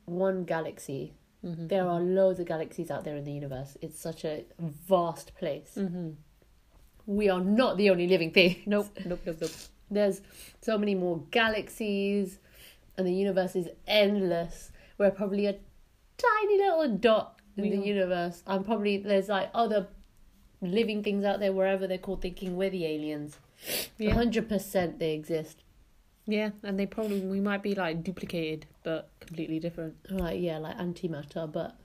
one galaxy.
Mhm.
There are loads of galaxies out there in the universe. It's such a vast place.
Mhm.
We are not the only living thing.
Nope, nope, nope, nope.
There's so many more galaxies, and the universe is endless. We're probably a tiny little dot in
We
the
are.
universe. I'm probably there's like other living things out there wherever they're called thinking we're the aliens.
Yeah.
hundred percent they exist.
Yeah, and they probably we might be like duplicated, but completely different.
Like yeah, like antimatter, but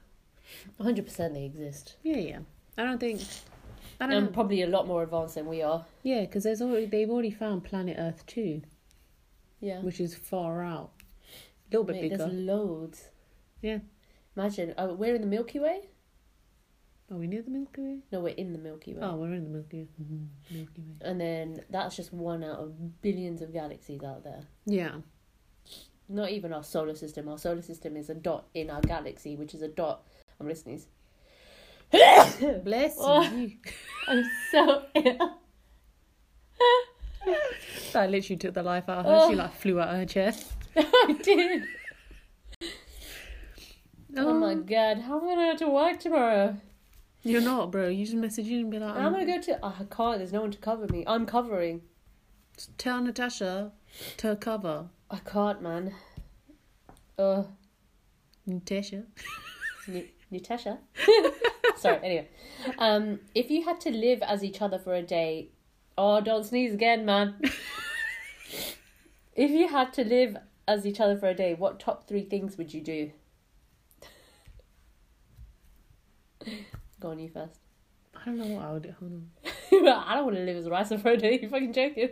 hundred percent they exist.
Yeah, yeah. Um, I don't think. I don't.
And
know.
probably a lot more advanced than we are.
Yeah, because there's already they've already found planet Earth too,
Yeah.
which is far out, a little bit
Mate,
bigger.
there's loads.
Yeah.
Imagine uh, we're in the Milky Way.
Are we near the Milky Way?
No, we're in the Milky Way.
Oh, we're in the Milky Way. Mhm, Milky Way.
And then that's just one out of billions of galaxies out there.
Yeah.
not even our solar system. Our solar system is a dot in our galaxy, which is a dot. I'm gonna sneeze.
Bless
Oh.
you.
I'm so (laughs) ill.
That literally took the life out of her. She
Oh.
like flew out of her chair.
I did. Oh my
Um,
god, how am I gonna have to work tomorrow?
(gasps) You're not, bro. You just message in and be like, um,
I'm gonna go to. I can't. There's no one to cover me. I'm covering.
tell Natasha to cover.
I can't, man. Ugh.
Natasha.
(laughs) N- Natasha. Sorry, anyway. Um, if you had to live as each other for a day, oh, don't sneeze again, man. if you had to live as each other for a day, what top three things would you do? Go on, you first. (laughs)
I don't know what I would do. Hold on.
I don't want to live as a ricer for a day. You fucking joking?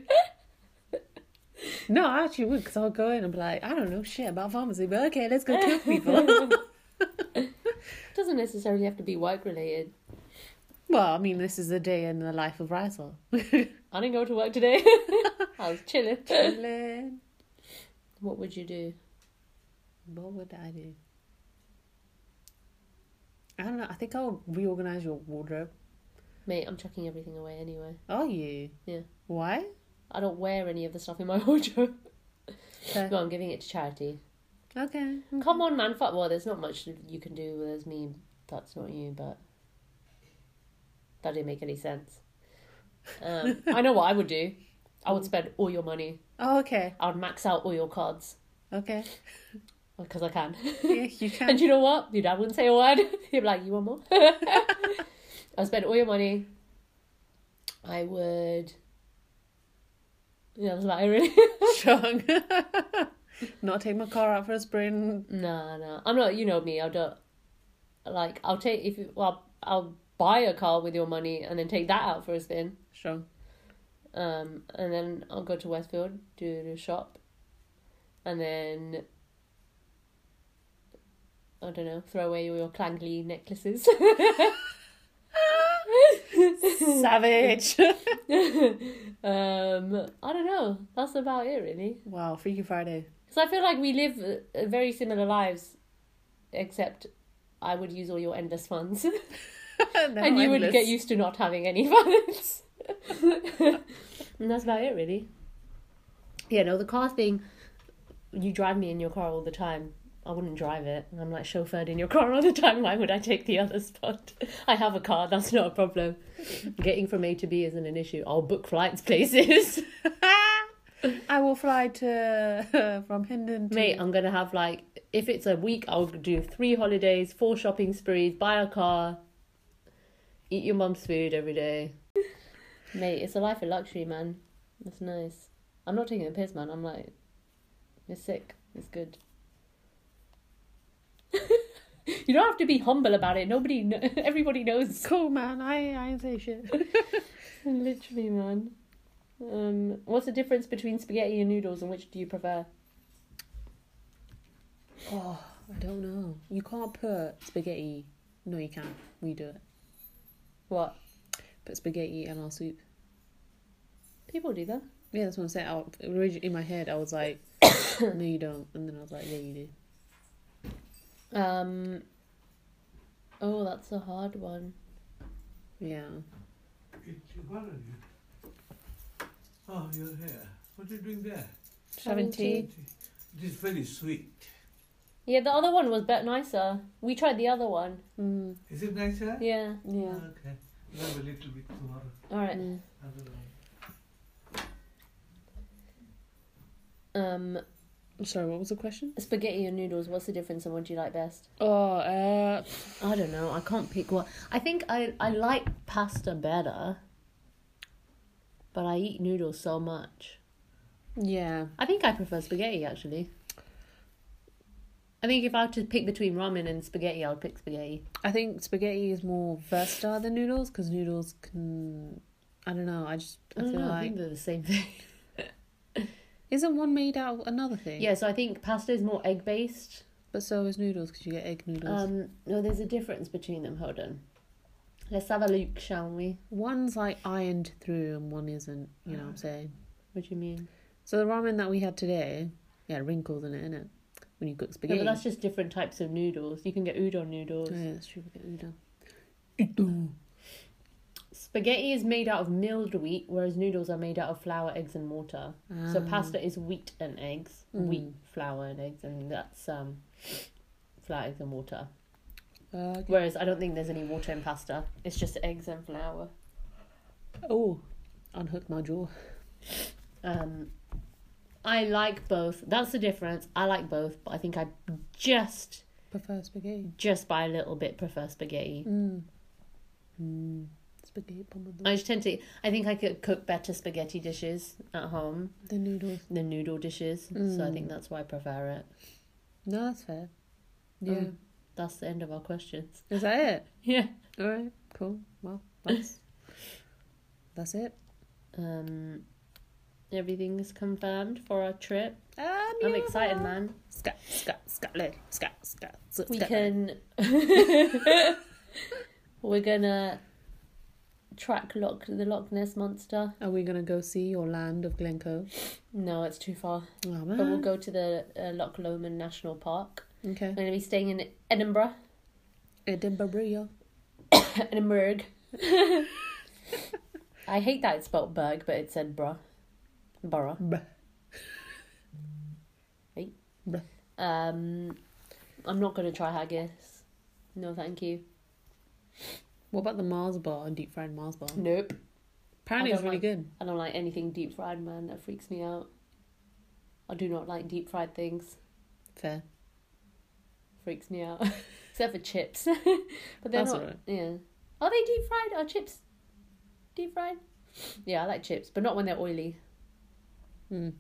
No, I actually would because I'll go in and be like, I don't know shit about pharmacy, but okay, let's go kill
(laughs)
people.
Doesn't necessarily have to be work related.
well, I mean, this is a day in the life of Rysel.
I didn't go to work today. (laughs) I was chilling.
Chilling.
What would you do?
What would I do? I don't know. I think I'll reorganize your wardrobe.
Mate, I'm chucking everything away anyway.
Are you?
Yeah.
Why?
I don't wear any of the stuff in my (laughs) wardrobe.
Okay.
No, I'm giving it to charity.
Okay.
Come on, man. Fuck. Well, there's not much you can do. There's me. That's not you, but that didn't make any sense. Um, I know what I would do. I would spend all your money.
Oh, okay.
I would max out all your cards
Okay.
because I can. (laughs)
Yeah, you
and
can.
you know what? Your dad wouldn't say a word. (laughs) He'd be like, "You want more?" (laughs) I would spend all your money. I would. Yeah, (laughs) I was like, really. (laughs)
Strong. (laughs) Not take my car out for a spin.
No, no, I'm not. You know me. I don't like. I'll take if you, well, I'll buy a car with your money and then take that out for a spin. (laughs)
Strong.
Um, and then I'll go to Westfield do the shop, and then I don't know. Throw away all your clangly necklaces. (laughs)
Savage.
um, I don't know. That's about it, really.
wow, Freaky Friday. (laughs)
Because I feel like we live uh, very similar lives, except I would use all your endless funds. and you would get used to not having any (laughs) violence. and that's about it, really. Yeah, no, the car thing, you drive me in your car all the time. I wouldn't drive it. I'm like chauffeured in your car all the time. Why would I take the other spot? I have a car. That's not a problem. Getting from A to B isn't an issue. I'll book flights places.
(laughs)
(laughs)
I will fly to (laughs) from Hendon. To...
Mate, I'm gonna have like if it's a week, I'll do three holidays, four shopping sprees, buy a car, eat your mum's food every day. (laughs) Mate, it's a life of luxury, man. That's nice. I'm not taking a piss, man. I'm like, it's sick. It's good. (laughs) you don't have to be humble about it. Nobody, kn- (laughs) everybody knows.
cool, man. I I ain't say
(laughs)
shit.
Literally, man. Um, what's the difference between spaghetti and noodles, and which do you prefer?
oh, I don't know. You can't put spaghetti. No, you can. We do it.
What
Put spaghetti in our soup.
people do that.
Yeah, that's what I'm saying. I, origi- in my head, I was like, (coughs) no, you don't. And then I was like, yeah, you do.
Um. Oh, that's a hard one.
Yeah.
It's one of you. Oh, you're here. What are you doing there?
Seventeen.
Seventeen.
It is very sweet.
Yeah, the other one was bet nicer. We tried the other one.
Mm,
Is it nicer?
Yeah.
yeah.
Okay. We'll have a little bit tomorrow.
All right.
Mm.
Otherwise.
Um,
Sorry, what was the question?
spaghetti and noodles. What's the difference, and what do you like best?
Oh, uh,
I don't know. I can't pick one. I think I I like pasta better, but I eat noodles so much.
yeah.
I think I prefer spaghetti actually. I think if I had to pick between ramen and spaghetti, I would pick spaghetti.
I think spaghetti is more versatile than noodles because noodles can. I don't know. I just I
I,
feel
don't know, I
like
think they're the same thing.
isn't one made out of another thing?
Yeah, so I think pasta is more egg based.
But so is noodles because you get egg noodles.
Um, no, there's a difference between them. Hold on. Let's have a look, shall we?
One's like ironed
Ah.
through and one isn't. You know what I'm saying?
What do you mean?
So the ramen that we had today Yeah, wrinkles in it, innit? When you cook
No,
spaghetti.
but that's just different types of noodles. You can get udon noodles.
Oh, yeah, that's true. We get udon. Udon.
Spaghetti is made out of milled wheat, whereas noodles are made out of flour, eggs, and water. So
Ah.
pasta is wheat and eggs, wheat,
Mm.
flour, and eggs, and that's um, flour, eggs, and water.
Uh, okay.
Whereas I don't think there's any water in pasta. It's just eggs and flour.
Oh, unhooked my jaw.
Um, I like both. That's the difference. I like both, but I think I just,
Prefer spaghetti.
just by a little bit prefer spaghetti.
Mm. Mm. Spaghetti pomodoro.
I just tend to. I think I could cook better spaghetti dishes at home
The noodles.
than noodle dishes. So I think
Mm.
that's why I prefer it.
No, that's fair. Yeah.
Mm. That's the end of our questions.
Is that it?
Yeah.
All right. Cool. Well, that's (laughs) that's it.
Um, everything is confirmed for our trip.
Um,
I'm
yeah.
excited, man.
Scat, scat, scatlet, scat, scat, scat.
We
scat.
(laughs) can. We're gonna track Loch the Loch Ness monster.
Are we gonna go see your land of Glencoe?
No, it's too far.
Oh man.
But we'll go to the uh, Loch Lomond National Park.
Okay.
I'm gonna be staying in Edinburgh.
Edinburgh. yeah.
Edinburgh. (laughs) I hate that it's spelled Berg, but it said bruh. Borough.
Bruh.
Right?
Bruh.
Um, I'm not going to try haggis. No, thank you.
What about the Mars bar? Deep fried Mars bar.
Nope.
Apparently, it's
don't
really
like-
good.
Mm. I don't like anything deep fried, man. That freaks me out. I do not like deep fried things.
Fair.
Freaks me out. (laughs) Except for chips. (laughs) but they're
That's
not.
alright.
Yeah. Are they deep fried? Are chips deep fried? Yeah, I like chips, but not when they're oily.
Mm.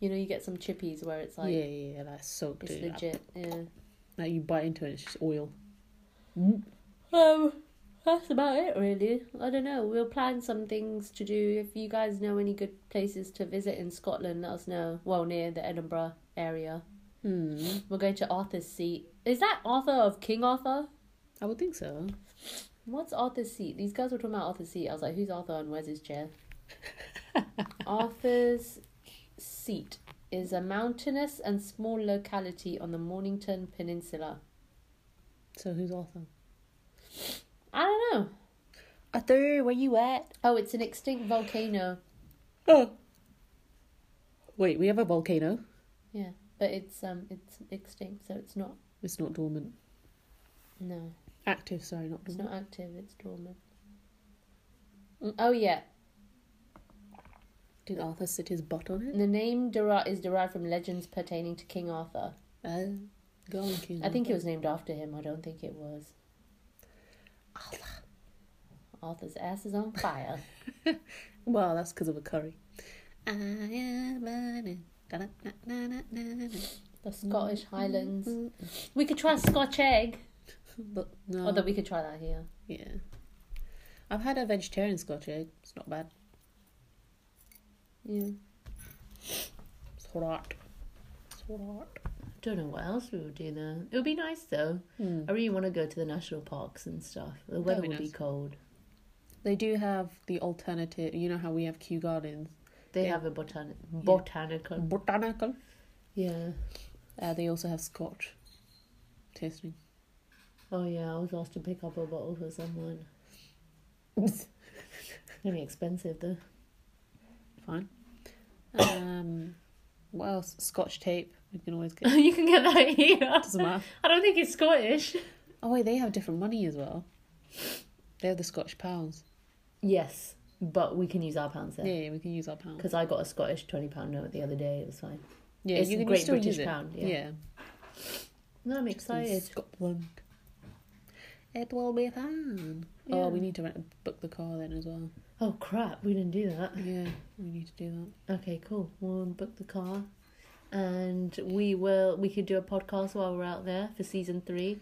You know, you get some chippies where it's like
yeah, yeah, yeah, like soaked.
it's
it up.
legit. Yeah.
Like you bite into it, it's just oil.
Um, that's about it, really. I don't know. We'll plan some things to do. If you guys know any good places to visit in Scotland, let us know. Well, near the Edinburgh area,
Hmm.
we're going to Arthur's Seat. Is that Arthur of King Arthur?
I would think so.
What's Arthur's Seat? These guys were talking about Arthur's Seat. I was like, who's Arthur and where's his chair? Arthur's Seat is a mountainous and small locality on the Mornington Peninsula.
So who's Arthur?
I don't know.
Arthur, where you at?
Oh, it's an extinct volcano.
Oh. Wait, we have a volcano.
Yeah, but it's um it's extinct, so it's not
It's not dormant.
no,
Active, sorry, not
it's
dormant.
not active. It's dormant. Mm, Oh yeah,
Did Arthur sit his butt on it?
the name deri- is derived from legends pertaining to King Arthur.
Oh, go on, King.
I think it was named after him. I don't think it was. Arthur. Arthur's ass is on fire.
Well, that's because of a curry. I am burning. Da-da-na-na-na-na.
the Scottish Highlands. We could try Scotch egg.
But no,
Although we could try that here.
yeah. I've had a vegetarian Scotch egg. It's not bad.
Yeah.
It's alright. It's alright.
Don't know what else we would do though. It would be nice though.
Mm.
I really want to go to the national parks and stuff. The
That'd
weather
be
will be
nice.
cold.
They do have the alternative. You know how we have Kew Gardens,
They
Yeah.
have a botani- botanical.
botanical.
Yeah.
Uh, they also have Scotch
(laughs)
tasting.
Oh yeah, I was asked to pick up a bottle for someone. It's gonna be expensive
(laughs)
though.
Fine.
(coughs)
Um, what else? Scotch tape. We can always get. (laughs)
you can get that here.
Doesn't matter.
I don't think it's Scottish.
Oh wait, they have different money as well. They have the Scotch pounds.
Yes, but we can use our pounds
Yeah,
there.
yeah we can use our pounds.
Because I got a Scottish twenty pound note the other day. It was fine.
Yeah,
it's
you can
Great
still
British
use it.
pound, yeah.
Yeah.
No, I'm
in
excited.
Scotland. It will be fun.
Yeah.
Oh, we need to rent, book the car then as
(sighs)
well.
Oh crap, we didn't do that.
Yeah, we need to do that.
Okay, cool. We'll book the car, and we will. We could do a podcast while we're out there for season three.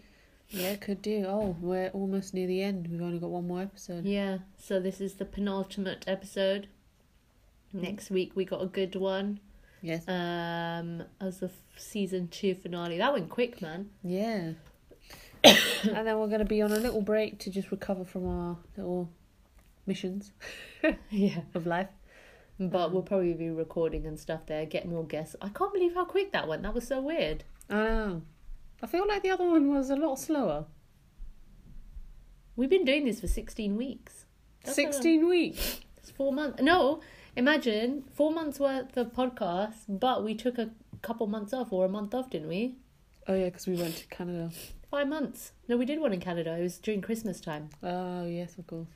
Yeah, could do. Oh, we're almost near the end. We've only got one more episode.
Yeah, so this is the penultimate episode.
Mm-hmm.
Next week we got a good one.
Yes.
Um, as the f- season two finale, that went quick, man.
Yeah. and then we're going to be on a little break to just recover from our little missions
Yeah,
of life.
But we'll probably be recording and stuff there, get more guests. I can't believe how quick that went. That was so weird.
I
Oh.
know. I feel like the other one was a lot slower.
We've been doing this for 16 weeks. That's a-
16 weeks.
It's four months. No, imagine four months worth of podcasts, but we took a couple months off or a month off, didn't we?
Oh, yeah, because we went to Canada.
Five months. No, we did one in Canada. It was during Christmas time.
Oh, yes, of course.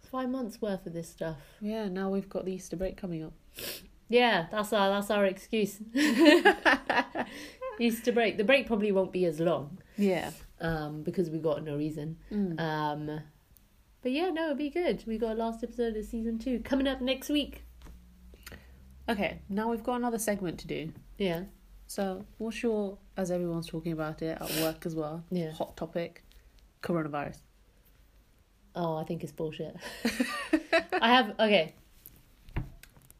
It's five months worth of this stuff.
Yeah, now we've got the Easter break coming up.
Yeah, that's our that's our excuse. (laughs) Easter break. The break probably won't be as long
Yeah.
um, because we got no reason.
Mm.
Um, but yeah, no, it'll be good. We got a last episode of season two coming up next week.
Okay, now we've got another segment to do.
Yeah,
So, what's your, as everyone's talking about it at work as well,
yeah.
hot topic, coronavirus?
Oh, I think it's (laughs) bullshit. I have okay.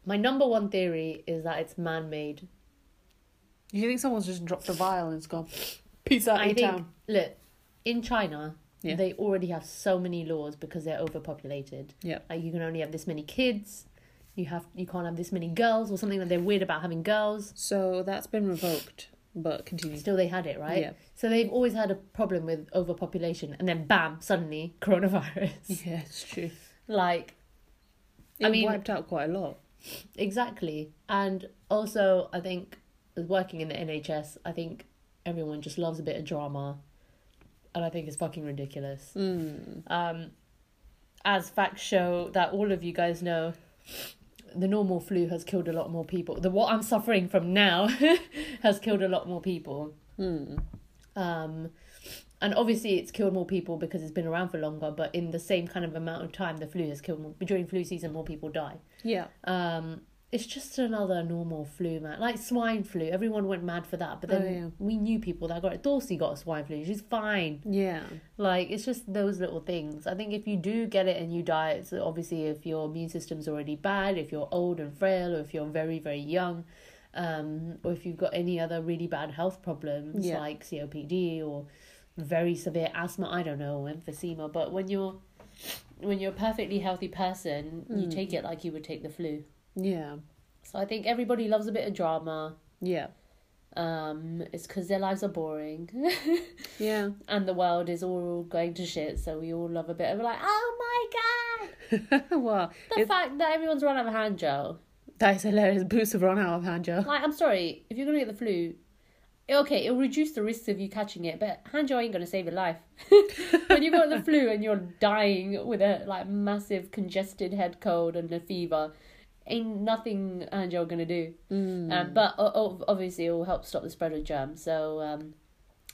My number one theory is that it's man-made.
You think someone's just dropped a vial and it's gone, peace out,
I
A
think
town?
look in China,
Yeah.
they already have so many laws because they're overpopulated.
Yep.
like you can only have this many kids. You have you can't have this many girls or something that they're weird about having girls.
So, that's been revoked, but continue.
Still, they had it right.
Yeah.
So they've always had a problem with overpopulation, and then bam, suddenly
(laughs) (laughs)
coronavirus.
Yeah, it's true.
like
It
I mean-
wiped out quite a lot.
Exactly. And also, I think as working in the NHS, I think everyone just loves a bit of drama. And I think it's fucking ridiculous.
Mm.
Um, as facts show that all of you guys know, the normal flu has killed a lot more people. The what I'm suffering from now (laughs) has killed a lot more people.
Mm.
Um, and obviously, it's killed more people because it's been around for longer. But in the same kind of amount of time, the flu has killed more. During flu season, more people die.
Yeah.
Um, it's just another normal flu, man. Like swine flu. Everyone went mad for that, but then
Oh, yeah.
we knew people that got it. Dorsey got swine flu. She's fine.
Yeah.
Like it's just those little things. I think if you do get it and you die, it's obviously if your immune system's already bad, if you're old and frail, or if you're very very young, um, or if you've got any other really bad health problems
Yeah.
like COPD or very severe asthma. I don't know emphysema, but when you're when you're a perfectly healthy person, you
Mm.
take it like you would take the flu.
Yeah.
So I think everybody loves a bit of drama.
Yeah.
Um, it's because their lives are boring (laughs)
Yeah. (laughs)
and the world is all going to shit. So we all love a bit of like, oh my god,
well,
the
It's-
fact that everyone's run out of hand gel.
that is hilarious. Boots have run out of hand gel.
Like, I'm sorry, if you're gonna get the flu, okay, it'll reduce the risks of you catching it, but hand gel ain't gonna save your life. (laughs) (laughs) when you
(laughs)
got the flu and you're dying with a like massive congested head cold and a fever, ain't nothing hand gel gonna do.
Mm.
Um, but o- o- obviously, it will help stop the spread of germs. So, um,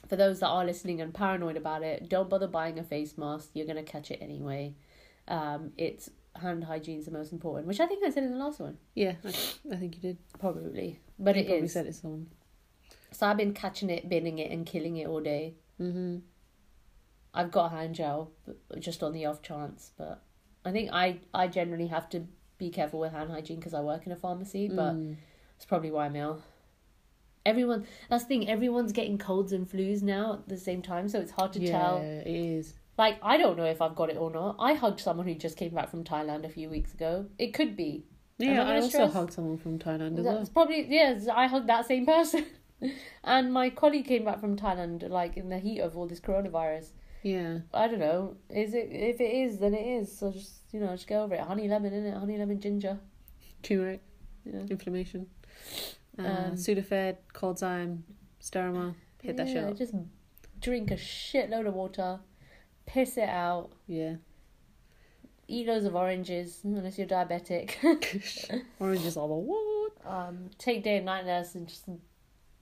for those that are listening and paranoid about it, don't bother buying a face mask. You're going to catch it anyway. Um, it's hand hygiene's the most important, which I think I said in the last one,
yeah, I, I think you did.
probably. But
you
it
probably
is.
said it to someone.
So I've been catching it, binning it, and killing it all day.
Mm-hmm.
I've got hand gel, but just on the off chance. But I think I I generally have to be careful with hand hygiene because I work in a pharmacy. But
Hmm.
It's probably why I'm ill. Everyone, that's the thing, everyone's getting colds and flus now at the same time, so it's hard to
yeah,
tell.
it is.
Like, I don't know if I've got it or not. I hugged someone who just came back from Thailand a few weeks ago. It could be. Am I
Yeah,
gonna
I also
stress?
hugged someone from Thailand as
That's
well.
probably, yeah, I hugged that same (laughs) person. and my colleague came back from Thailand, like, in the heat of all this coronavirus.
Yeah,
I don't know. Is it, if it is, then it is. So just, you know, just go over it. Honey lemon, in it, Honey lemon ginger.
turmeric,
Yeah.
inflammation, uh,
Um,
Sudafed, Coldzyme, Sterimar. Hit that
yeah,
shit up.
Just drink a shitload of water, piss it out.
Yeah,
eat loads of oranges unless you're diabetic. (laughs)
oranges are the what?
um, take day and night nurse and just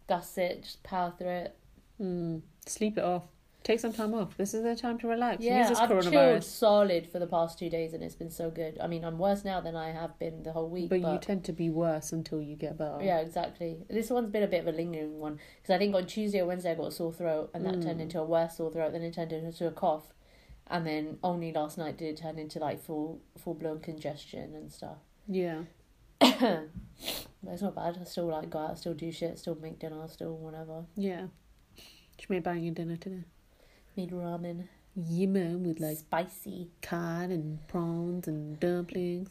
that's it. Just power through it.
Mm. Sleep it off. Take some time off. This is their time to relax. Use
yeah,
this
I've chilled
coronavirus.
solid for the past two days and it's been so good. I mean, I'm worse now than I have been the whole week.
But you tend to be worse until you get better.
yeah, exactly. This one's been a bit of a lingering one because I think on Tuesday or Wednesday I got a sore throat and that
Mm.
turned into a worse sore throat. Then it turned into a cough, and then only last night did it turn into like full full blown congestion and stuff.
Yeah.
(coughs) but it's not bad. I still like go out, still do shit, still make dinner, still whatever.
Yeah. She made banging dinner today.
Made ramen,
Yeah, man, with like
spicy.
cod and prawns and dumplings.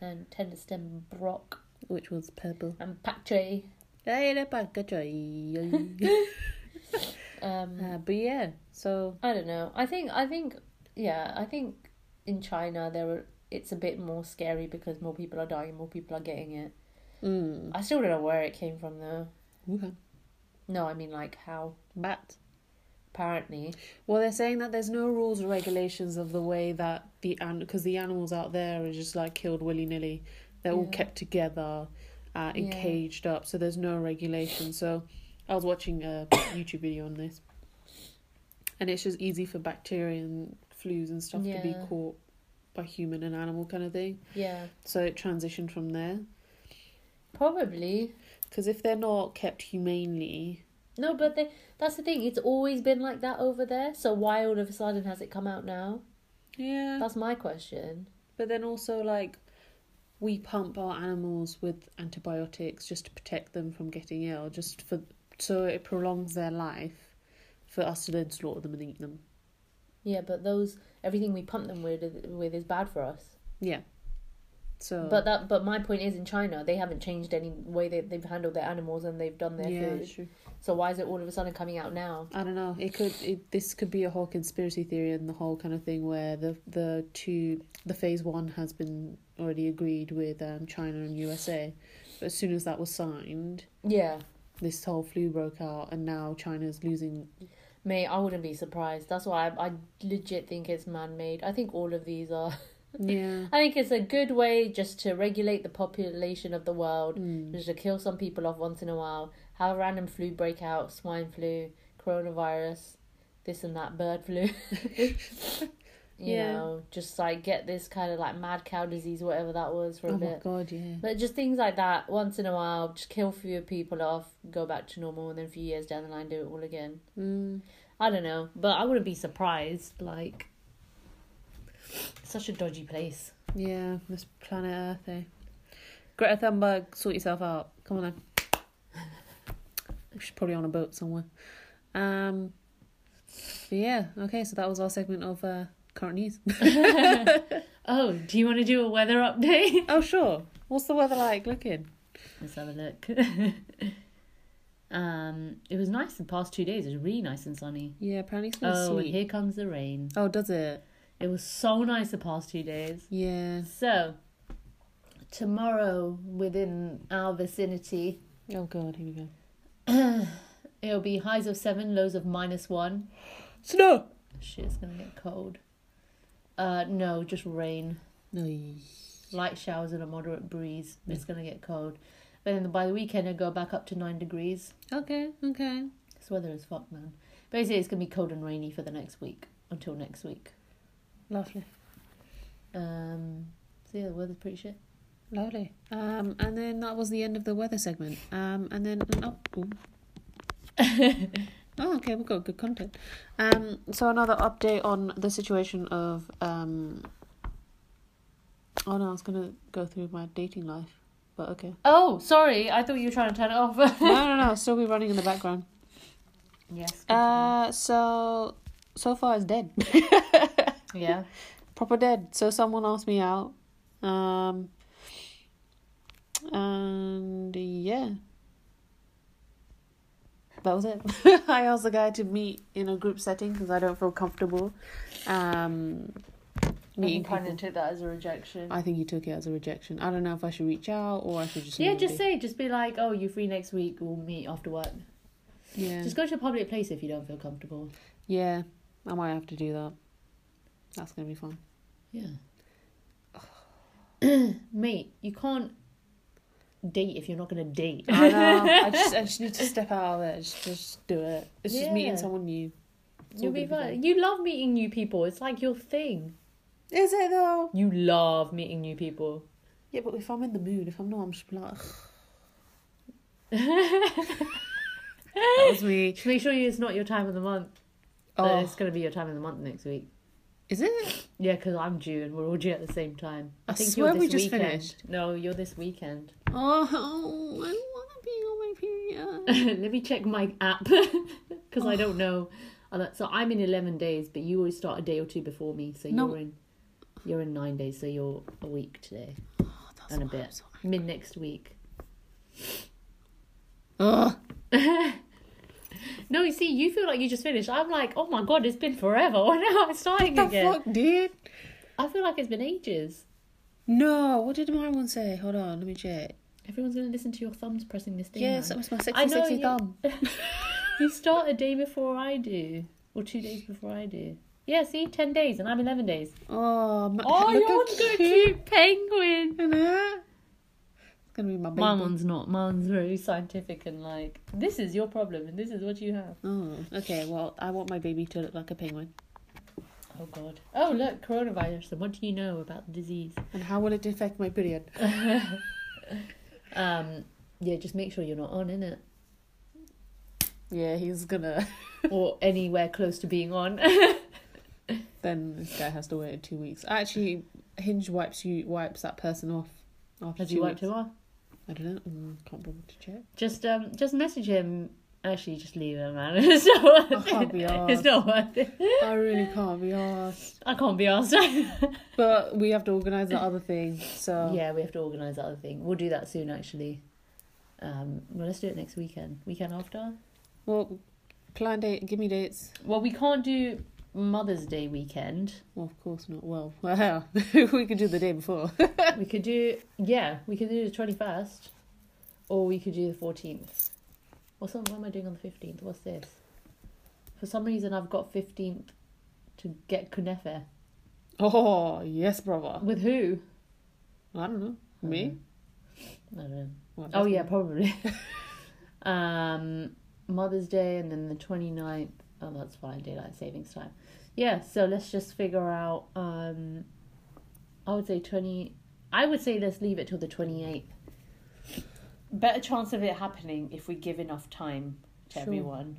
and tender stem brock
which was purple.
and pak choi. (laughs)
uh,
Um,
but yeah, so
I don't know. I think I think yeah, I think in China there were it's a bit more scary because more people are dying, more people are getting it.
mm,
I still don't know where it came from though.
Wuhan
No, I mean like how
bat.
apparently
Well, they're saying that there's no rules or regulations of the way that the an because the animals out there are just like killed willy nilly. They're all
Yeah.
kept together uh, and
Yeah.
caged up, so there's no regulation. So I was watching a (coughs) YouTube video on this, and it's just easy for bacteria and flus and stuff to be
Yeah.
caught by human and animal kind of thing.
yeah,
So it transitioned from there.
probably.
Because if they're not kept humanely,
No, but they that's the thing. It's always been like that over there. So why all of a sudden has it come out now?
yeah.
That's my question.
But then also like we pump our animals with antibiotics just to protect them from getting ill, just for so it prolongs their life for us to then slaughter them and eat them.
Yeah, but those everything we pump them with with is bad for us.
Yeah. So
But that but my point is in China they haven't changed any way they they've handled their animals and they've done their
yeah,
food.
that's true.
So why is it all of a sudden coming out now?
I don't know. It could. It, this could be a whole conspiracy theory and the whole kind of thing where the the two the phase one has been already agreed with um, China and USA, but as soon as that was signed,
Yeah.
this whole flu broke out and now China's losing
Mate, I wouldn't be surprised. That's why I, I legit think it's man made. I think all of these are. (laughs)
(laughs) yeah
I think it's a good way just to regulate the population of the world,
Mm.
just to kill some people off once in a while, have a random flu breakout, swine flu, coronavirus, this and that, bird flu. (laughs) you
Yeah.
know, just like get this kind of like mad cow disease, whatever that was for a
oh
bit.
my god yeah
But just things like that, once in a while, just kill a few people off, go back to normal, and then a few years down the line, do it all again.
mm.
I don't know, but I wouldn't be surprised. Like, such a dodgy place. (laughs)
yeah this planet Earth eh Greta Thunberg sort yourself out come on then she's probably on a boat somewhere um but yeah okay so that was our segment of uh, current news (laughs)
Oh, do you want to do a weather update?
oh sure what's the weather like looking
Let's have a look. (laughs) um, it was nice the past two days. It was really nice and sunny.
yeah apparently it's gonna
Oh, and
sleet
here comes the rain.
oh does it
It was so nice the past two days.
yeah
So, tomorrow within our vicinity,
oh god here we go
it'll be highs of seven, lows of minus one.
snow
Shit, it's gonna get cold. Uh, no, just rain,
no
light showers and a moderate breeze. It's gonna get cold. But then by the weekend, it'll go back up to nine degrees.
okay okay
This weather is fucked, man. Basically, it's gonna be cold and rainy for the next week until next week.
lovely
Um, so yeah, the weather's pretty shit.
Lovely. Um, and then that was the end of the weather segment. Um, and then an up. ooh. oh, okay, we've got good content. Um, so another update on the situation of. Um, oh no, I was gonna go through my dating life, but (laughs) okay.
(laughs) Oh, sorry, I thought you were trying to turn it off. (laughs)
No, no, no, still be running in the background.
yes.
Uh, so so far it's dead,
continue. yeah.
proper dead. So someone asked me out. Um, and yeah. that was it. (laughs) I asked the guy to meet in a group setting because I don't feel comfortable um, meeting
You kind
people.
of took that as a rejection.
I think he took it as a rejection. I don't know if I should reach out or I should just
yeah,
leave it
just say, just be like, oh, you're free next week. We'll meet after work.
be. yeah,
Just go to a public place if you don't feel comfortable.
yeah. I might have to do that. That's gonna be
(laughs)
fun.
Yeah. (clears throat) Mate, you can't date if you're not gonna date.
I know. I just I just need to step out of it. Just just do it. It's just meeting
Yeah.
someone new. It's all
You'll be
gonna
fine. You love meeting new people. It's like your thing.
Is it though?
You love meeting new
(laughs)
people.
Yeah, but if I'm in the mood, if I'm not, I'm just like. "Ugh." that was (laughs) me.
Just make sure it's not your time of the month. Oh.
Oh,
It's gonna be your time of the month next week.
is it?
Yeah, because I'm due and we're all due at the same time.
I swear we just
weekend.
finished.
No, you're this weekend. (laughs)
Oh, I don't want to be on my (laughs) period.
Let me check my app (laughs) because I don't know. I don't- So I'm in eleven days, but you always start a day or two before me. So
No.
you're in, you're in nine days. So you're a week today.
Oh,
in a bit, mid next week.
Ugh.
No, you see, you feel like you just finished. I'm like, oh my god, it's been forever. (laughs) Now I'm starting
What the
again.
fuck, dude?
I feel like it's been ages.
No, what did my one say? Hold on, let me check.
Everyone's gonna listen to your thumbs pressing this thing.
Yes,
now.
that was my sexy,
I know
sexy
you-
thumb.
(laughs) you start
(laughs)
a day before I do, or two days before I do. Yeah, see, ten days, and I'm eleven days.
Oh, my, (laughs)
Oh,
look
your
how
one's got a cute penguin.
Isn't it? It's gonna be my baby.
My one's not. My one's very scientific and like, this is your problem, and this is what you have.
Oh, okay. Well, I want my baby to look like a penguin.
Oh God. Oh look, coronavirus. And what do you know about the
(laughs)
disease?
And how will it affect my period?
Um, yeah, just make sure you're not on in it.
Yeah, he's gonna.
or anywhere close to
(laughs)
being on.
then this guy has to wait two weeks. Actually, Hinge wipes you wipes that person off after
Have
two
you
weeks.
wiped him off?
I don't know. Mm, can't bother to check.
Just um, just message him. Actually, just leave him, man. (laughs) It's not worth
I can't
it.
be
It's
asked.
not worth it.
I
(laughs)
really can't be asked.
I can't be asked. (laughs)
Um, But we have to organise the other thing. So
yeah, we have to organise that other thing. We'll do that soon, actually. Um, well, let's do it next weekend. Weekend after.
well, plan date. Give me dates.
Well, we can't do Mother's Day weekend.
Well, of course not. Well, (laughs) well, we could do the day before.
(laughs)
(laughs)
we could do yeah, we could do the twenty first, or we could do the fourteenth. What's on, what am I doing on the fifteenth? What's this? For some reason, I've got fifteenth to get kunefe.
Oh yes, brother.
With who?
I don't know. Me?
I don't know.
Well,
Mm. Oh
that's
yeah,
me. (laughs)
probably. um, Mother's Day and then the 29th. Oh, that's fine. Daylight savings time. Yeah. So let's just figure out. Um, I would say twenty. I would say let's leave it till the 28th. Better chance of it happening if we give enough time to
Sure.
everyone.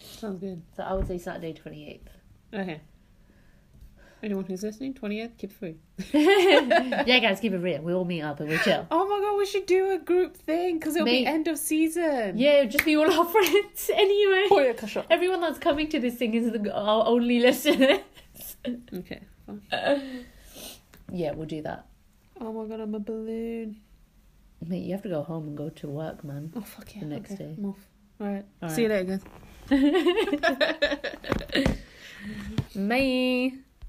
Sounds good.
So I would say Saturday 28th.
(laughs) Okay. Anyone who's listening, 28th, keep it free.
yeah, guys, keep it real. We all meet
(laughs)
up and we chill.
Oh my god, we should do a group thing because it'll
Mate.
be end of season.
Yeah, it'll just be all our (laughs) friends anyway.
Oh, yeah, gosh, oh.
Everyone that's coming to this thing is the, our only (laughs) listener.
Okay. fine.
yeah, we'll do that.
Oh my god, I'm a balloon.
Mate, you have to go home and go to
(laughs)
work, man.
Oh fuck yeah.
The next
okay,
day.
I'm off. All right.
All
See you later, guys.
May.